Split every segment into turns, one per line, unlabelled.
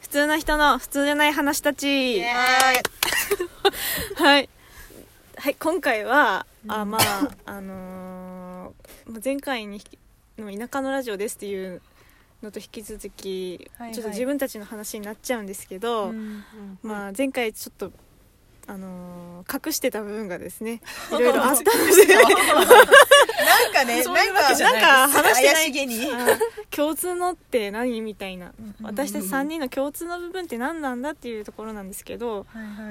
普通な人の普通じゃない話たち。
はい。
はい。はい、今回は、あ、まあ、あのーまあ前回に引きの田舎のラジオですっていうのと引き続き、
はいはい
ちょっと自分たちの話になっちゃうんですけど、まあ、前回ちょっと、あのー隠してた部分がです ね、いろいろあったので、
なんかね、
そう
な
いうわ
ん
けじゃない
か、
です
なんか話してない
怪しげに。
あ 共通のって何みたいな、私たち3人の共通の部分って何なんだっていうところなんですけど、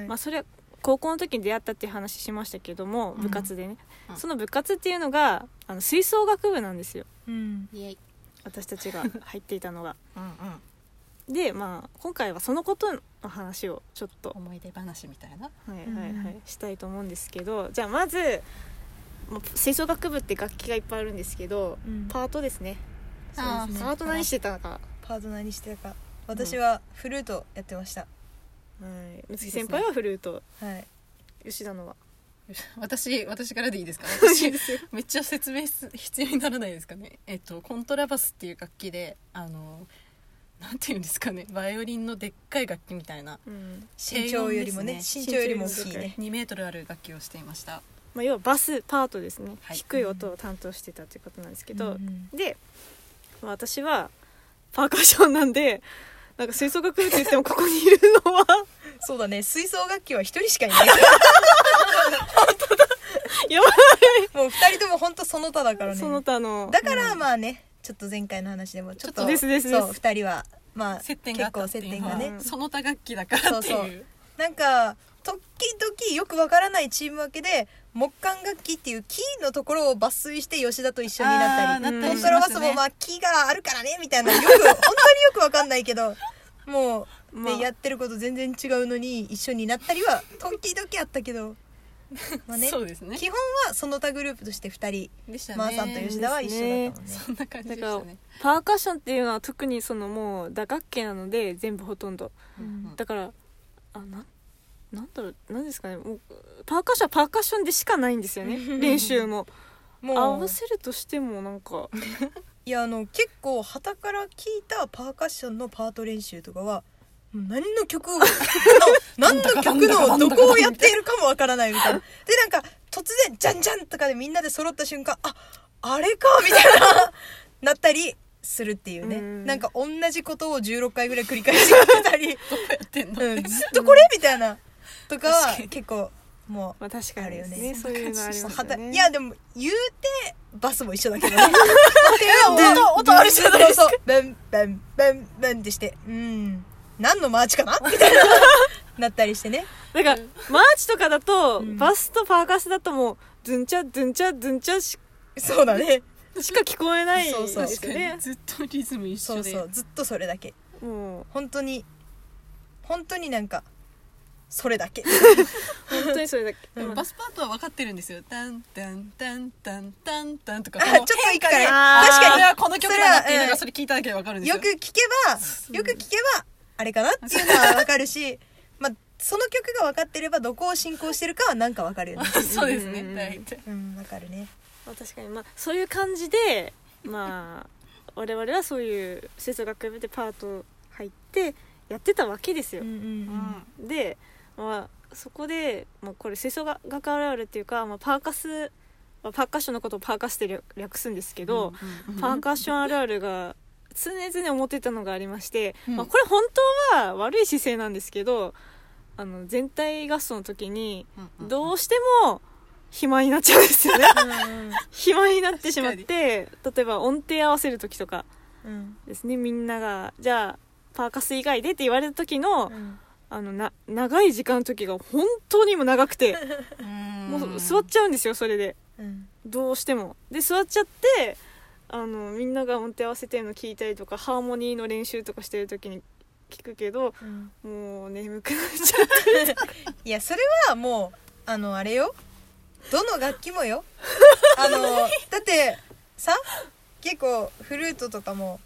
まあ、それは高校の時に出会ったっていう話しましたけども部活でね、
うん
その部活っていうのがあの吹奏楽部なんですよ
うん。
イエイ
私たちが入っていたのが
うんうん。
でまあ今回はそのことの話をちょっと、
思い出話みたいな
はいはいは
う
い、したいと思うんですけどじゃあまずもう吹奏楽部って楽器がいっぱいあるんですけど、
うん
パートですね
あー
パート何してたのか、は
パートナーにしてたか。私はフルートやってました。
い、睦月先輩はフルート
はい。
吉田のは
私私からでいい ですか私めっちゃ説明す必要にならないですかねえっとコントラバスっていう楽器であのなんていうんですかねバイオリンのでっかい楽器みたいな
うん
身長よりもね、
低
身
音
長よりも大
です
きいね。
2メートルある楽器をしていました
まあ、要はバスパートですね、
はい
低い音を担当してたということなんですけど、
うん
で、まあ、私はパーカッションなんでなんか吹奏楽部って言ってもここにいるの は
そうだね、吹奏楽器は一人しかいない。
やばい
もう二人とも本当その他だからね。
その他の
だからまあね、ちょっと前回の話でもちょ
ちょ
っ
っ
と
とですですです
そう二人はまあ
接点があ
結
ったってい
構接
う
点
の
が
は、
ね
その他楽器だからっていう
そうそうなんか時々よくわからないチーム分けで木管楽器っていうキーのところを抜粋して吉田と一緒になったり
たりします
コ
ね
ントラバスもまあキーがあるからねみたいなよく本当によくわかんないけどもう、ね
まあ
やってること全然違うのに一緒になったりは時々あったけど、まあね、
そうですね
基本はその他グループとして二人
でしたね
まー、さんと吉田は一緒だったもんね。
そんな感じ
だ
でし
から
たね
パーカッションっていうのは特にそのもう打楽器なので全部ほとんど
うん
だからあななんだろうなんですかねもうパーカッションはパーカッションでしかないんですよ ね練習も合
もう
わせるとしてもなんか
いやあの結構旗から聞いたパーカッションのパート練習とかはもう何の曲 をの何の曲のどこをやっているかもわからないみたいなでなんか突然「じゃんじゃん」とかでみんなで揃った瞬間「ああれか」みたいな なったりするっていうね
うん
なんか同じことを16回ぐらい繰り返してたり、
どこやってんの、
うん、ずっとこれみたいなとかは
確かに
結構もう
まあ確かにです
あるよ
ね
ね
そういうのあり
そ
ま
う
すよ
旗
ね
いやでも言うてバスも一緒だけどね音音あるじゃないですかベンベンベンベンってしてうん何のマーチかなみたいななったりしてね
なんか、マーチとかだと、
ん
バスとパーカスだともう、ズンチャ、ズンチャ、ズンチャし
そうだね
しか聞こえない
そうそう
です
確か
ね
に。ずっとリズム一緒
そ
で
うそうずっとそれだけ
もう、
本当に本当になんかそれだけ
本当にそれだけ。
でも
まあ
バスパートは分かってるんですよ。タンタンタンタンタンタンとか。
あちょっといいかね
あー
確
これ
か
はこの曲だなっていうの
それは
がそれ聞いただけで分かるん
に
です
よ
よ。
く聞けばよく聞けばあれかなっていうのはわかるしまあその曲が分かってればどこを進行してるかはなんかわかるよね
そうですね
うん。
大体。
うんわかるね
まあ確かに、まあ、そういう感じで、まあ、我々はそういう、吹奏楽部でパート入って、やってたわけですよ
うん。うん
で、まあ、そこで、まあ、これ吹奏楽あるあるっていうか、まあ、パーカス、まあパーカッションのことをパーカスって略略すんですけど、パーカッションあるあるが常々思ってたのがありまして、
うん
まあ、これ本当は悪い姿勢なんですけどあの全体合奏の時にどうしても暇になっちゃうんです よね
うん
暇になってしまって例えば音程合わせる時とか
うん
ですねみんながじゃあパーカス以外でって言われた時の,、
うん
あのな長い時間の時が本当にもう長くて
うん
もう座っちゃうんですよそれで。
うん
どうしてもで座っちゃってあのみんなが音程合わせてるの聞いたりとかハーモニーの練習とかしてる時に聞くけど
うん
もう眠くなっちゃう
いやそれはもうあのあれよどの楽器もよあのだってさ結構フルートとかも、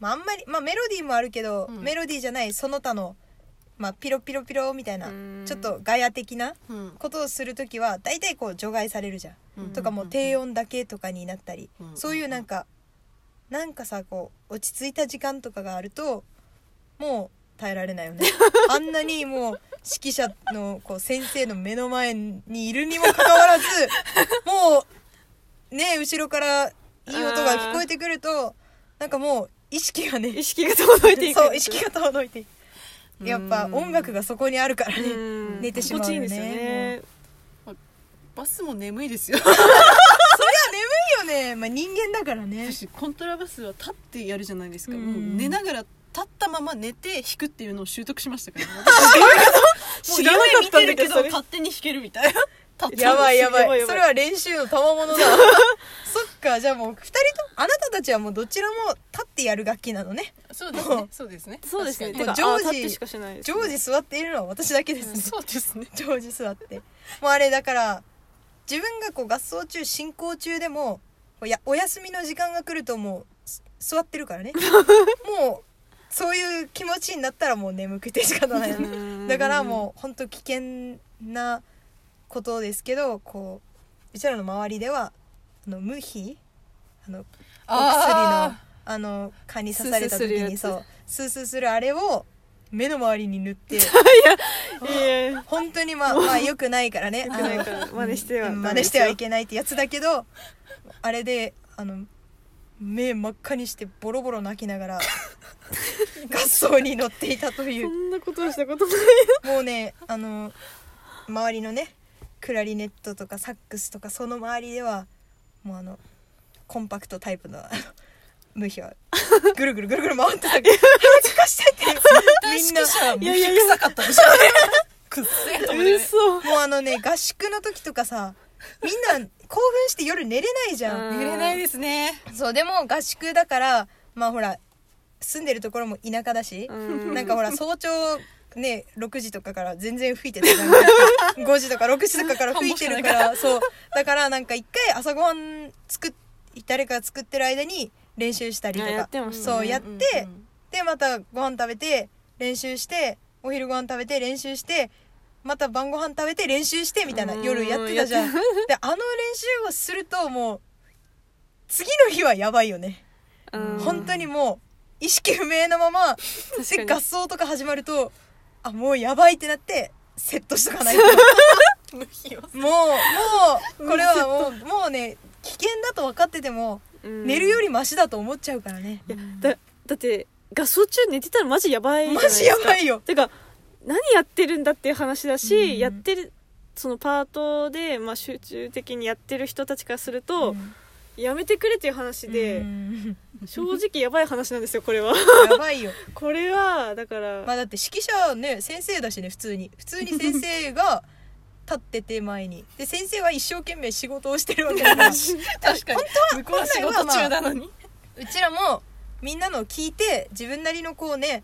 まあ、あんまり、まあ、メロディーもあるけど、
うん
メロディーじゃないその他の、まあ、ピロピロピロみたいな
うん
ちょっとガヤ的な
うん
ことをする時は大体こう除外されるじゃ
う
ん、
ん
とかもう低音だけとかになったり、
うん
そういうなんかなんかさこう落ち着いた時間とかがあるともう耐えられない よねあんなにもう指揮者のこう先生の目の前にいるにもかかわらずもうね後ろからいい音が聞こえてくるとなんかもう意識がね
意識が遠のいていく
そう意識が遠のいていくやっぱ
うん
音楽がそこにあるからね
うん
寝てしまうよ
心
ね
地いいんですよね
バスも眠いですよ
いいよね、まあ、人間だからね
私コントラバスは立ってやるじゃないですか、
うん
もう寝ながら立ったまま寝て弾くっていうのを習得しましたから、ね、もう
知らなかったんだけ
夢見てる
ど
ど勝手に弾けるみたいな立った
やばいやば
やばい
い
やばい
それは練習の賜物だ そっかじゃあもう二人とあなたたちはもうどちらも立ってやる楽器なのね
そうです ねそうですね
そうですね
確
て
か
か
ジョージ
あ立ってしかしないですね
常時座っているのは私だけで
に
す
うん
ね
そうですね
常時座ってもうあれだから自分がこう合奏中進行中でもこうやお休みの時間が来るともうす座って るからねもうそういう気持ちになったらもう眠くて仕方ないよね
うん
だからもう本当危険なことですけどこううちらの周りではあの無比あのお薬のあの蚊に刺された時に
スースーするや
そうスースーするあれを目の周りに塗っ て
いやいや
本当にまあまあ良くないからね
良くないから真似しては
うん
ダメ
真
で
似
すよ
してはいけないってやつだけどあれであの目真っ赤にしてボロボロ泣きな がら合奏に乗っていたという
そんなことをしたことない
もうねあの周りのねクラリネットとかサックスとかその周りではもうあのコンパクトタイプのあの無比はぐるぐるぐるぐる回ってたけど恥ずかしいってみんな
みんな無比
臭かったでしょくっせえと思って
嘘
もうあのね合宿の時とかさみんな興奮して夜寝れないじゃん、
うん
寝れないですね
そうでも合宿だからまあほら住んでるところも田舎だし、
うん
なんかほら早朝ね6時とかから全然吹いてたじゃん 5時とか6時とかから吹いてるからそうだからなんか一回朝ごはん作っ誰かが作ってる間に練習したりと
あや
か
ってましたね
そうやって、
ん
でまたご飯食べて練習してお昼ご飯食べて練習してまた晩ご飯食べて練習してみたいな
うん
夜やってたじゃん
や
であの練習をするともう次の日はやばいよね、
うん
本当にもう意識不明なまま
確か
で
に
合奏とか始まるとあもうやばいってなってセットしとかないと
無比を
もうもうこれはもうもうね危険だと分かってても
うん
寝るよりマシだと思っちゃうからね
いやだだって合奏中寝てたらマジやばいじゃな
マ
いです
ジ
か
やばいよ
てか何やってるんだっていう話だし、
うん
やってるそのパートで、まあ、集中的にやってる人たちからすると、やめてくれっていう話で、
うん
正直やばい話なんですよこれ は
やばいよ
これはだから、
まあだって指揮者はね先生だしね普通に普通に先生が立ってて前にで先生は一生懸命仕事をしてるわけだからうち
確かに向こうは仕事中なのに
らもみんなのを聞いて自分なりのこうね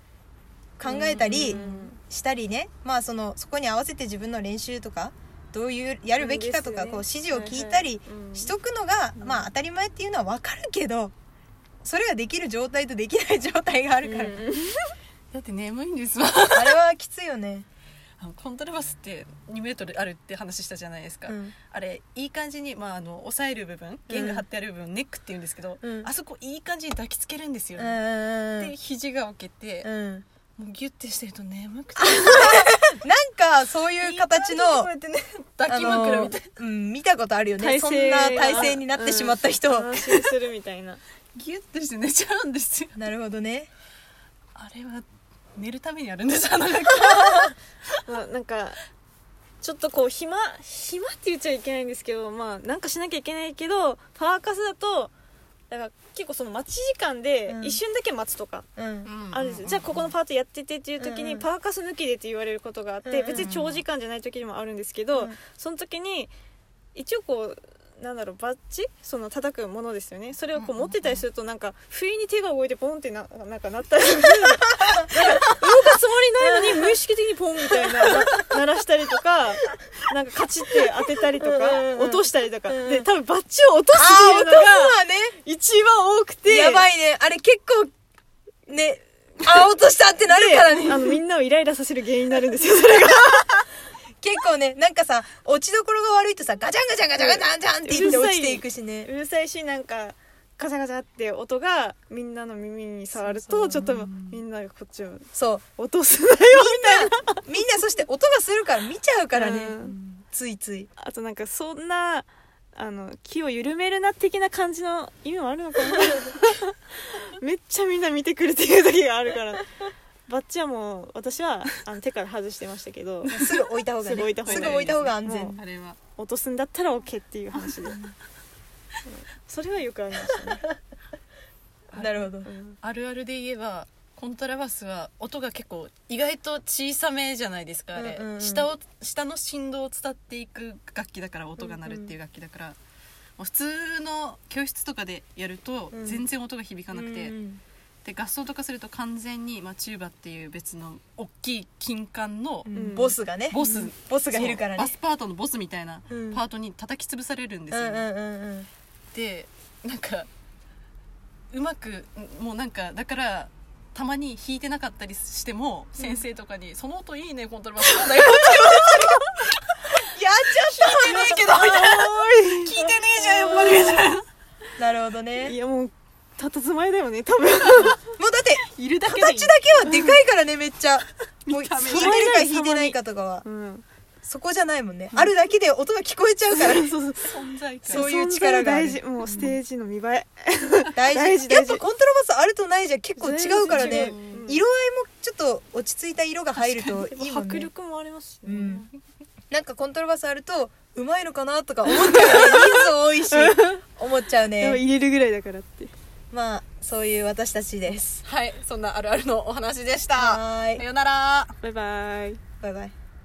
考えたり
うん
したりねまあそのそこに合わせて自分の練習とかどういうやるべきかとかこう指示を聞いたりしとくのが
うん
まあ当たり前っていうのは分かるけどそれができる状態とできない状態があるから
うん
だって眠いんですわ
あれはきついよね。
あのコントラバスって2メートルあるって話したじゃないですか、
うん
あれいい感じに、まあ、あの押さえる部分弦が張ってある部分、ネックって言うんですけど、
うん
あそこいい感じに抱きつけるんですよ
う
ね、
ん
で肘が置けて、
うん
もうギュッてしてると眠くて
なんかそういう
いい感じ
形の
でこうやってね抱き枕みたいな、
あのうん、見たことあるよね
体
そん
勢が
な体勢になってしまった人、
うん安心するみたいな
ギュッてして寝ちゃうんですよ
なるほどね
あれは寝るためにあるんですあの楽器
まあなんかちょっとこう暇暇って言っちゃいけないんですけどまあなんかしなきゃいけないけどパーカスだとだから結構その待ち時間で
うん
一瞬だけ待つとか、
うん
あるんですよじゃあここのパートやっててっていう時
うんう
に
ん
パーカス抜きでって言われることがあっ
うんうん
て
うん
別に長時間じゃない時にもあるんですけど
うん
その時に一応こうなんだろうバッジその叩くものですよねそれをこう持ってたりするとなんか不意に手が動いてポンってな なんかなったりするなんか動くつもりないのに無意識的にポンみたいなな鳴らしたりと かなんかカチッて当てたりとか
うんうんうん
落としたりとか
うんうん
で多分バッジを落とす
あ
ってい
ー
う
音
の
が
が
ね
一番多くて
やばいねあれ結構ねあー落としたってなるから
あ
ね
のみんなをイライラさせる原因になるんですよそれが
結構ねなんかさ落ちどころが悪いとさガチャンガチャンガチャンガチャンガチャンって言って落ちていくし
う
ね
るさいしなんかガチャガチャって音がみんなの耳に触る
そうそ
と
う
ちょっと
うん
みんながこっちを
そう
落とすなよ
みんなそして音がするから見ちゃうからね、
うん
ついつい
あとなんかそんなあの気を緩めるな的な感じの意味もあるのかなめっちゃみんな見てくるっていう時があるからバッチはもう私はあの手から外してましたけど
すぐ置いた方がね
すぐ置いた方がいい
すぐ置いた方が安
もう
全
あれは
落とすんだったら OK っていう話でそれはよくありましたね、
なるほど
うん
あるあるで言えばコントラバスは音が結構意外と小さめじゃないですかあれ、
うんうんうん
下を下の振動を伝っていく楽器だから音が鳴るっていう楽器だから、もう普通の教室とかでやると
うん
全然音が響かなくて、
うん
で合奏とかすると完全に、まあ、チューバっていう別の大きい金管の
うん
うん
ボスがね
ボス、
ボスがいるか
そ
ら
うバ
ね
スパートのボスみたいな
うん
パートに叩き潰されるんですよ、ね
うんうんうんうん
でなんかうまくもうなんかだからたまに弾いてなかったりしても、先生とかに「その音いいねコントラバス」なんだよ
やっちゃっ
弾いてねえけど」みたいな「聞いてねえじゃんやっぱり」みたいな
たなるほど
い
ね
やもうたたずまいだよね多分
もうだって
いるだけでいい
形だけはでかいからねめっちゃもう弾いてる
た目
か弾いてないかとかは
うん
そこじゃないもんねあるだけで音が聞こえちゃうから
そうそう
存在感
そういう力がある
存在大事もうステージの見栄え
大事
大事
やっぱコントラバスあるとないじゃ結構違うから
全
ね
然違ううん
色合いもちょっと落ち着いた色が入るといいもん
迫
ね
力もありますし、
う
ね
んなんかコントラバスあるとうまいのかなとか思っちゃうね 人数多いし思っちゃう
でも
ね
入れるぐらいだからって
まあそういう私たちです
はいそんなあるあるのお話でした
はー
さ
い
よなら
バイバイ
バイバイ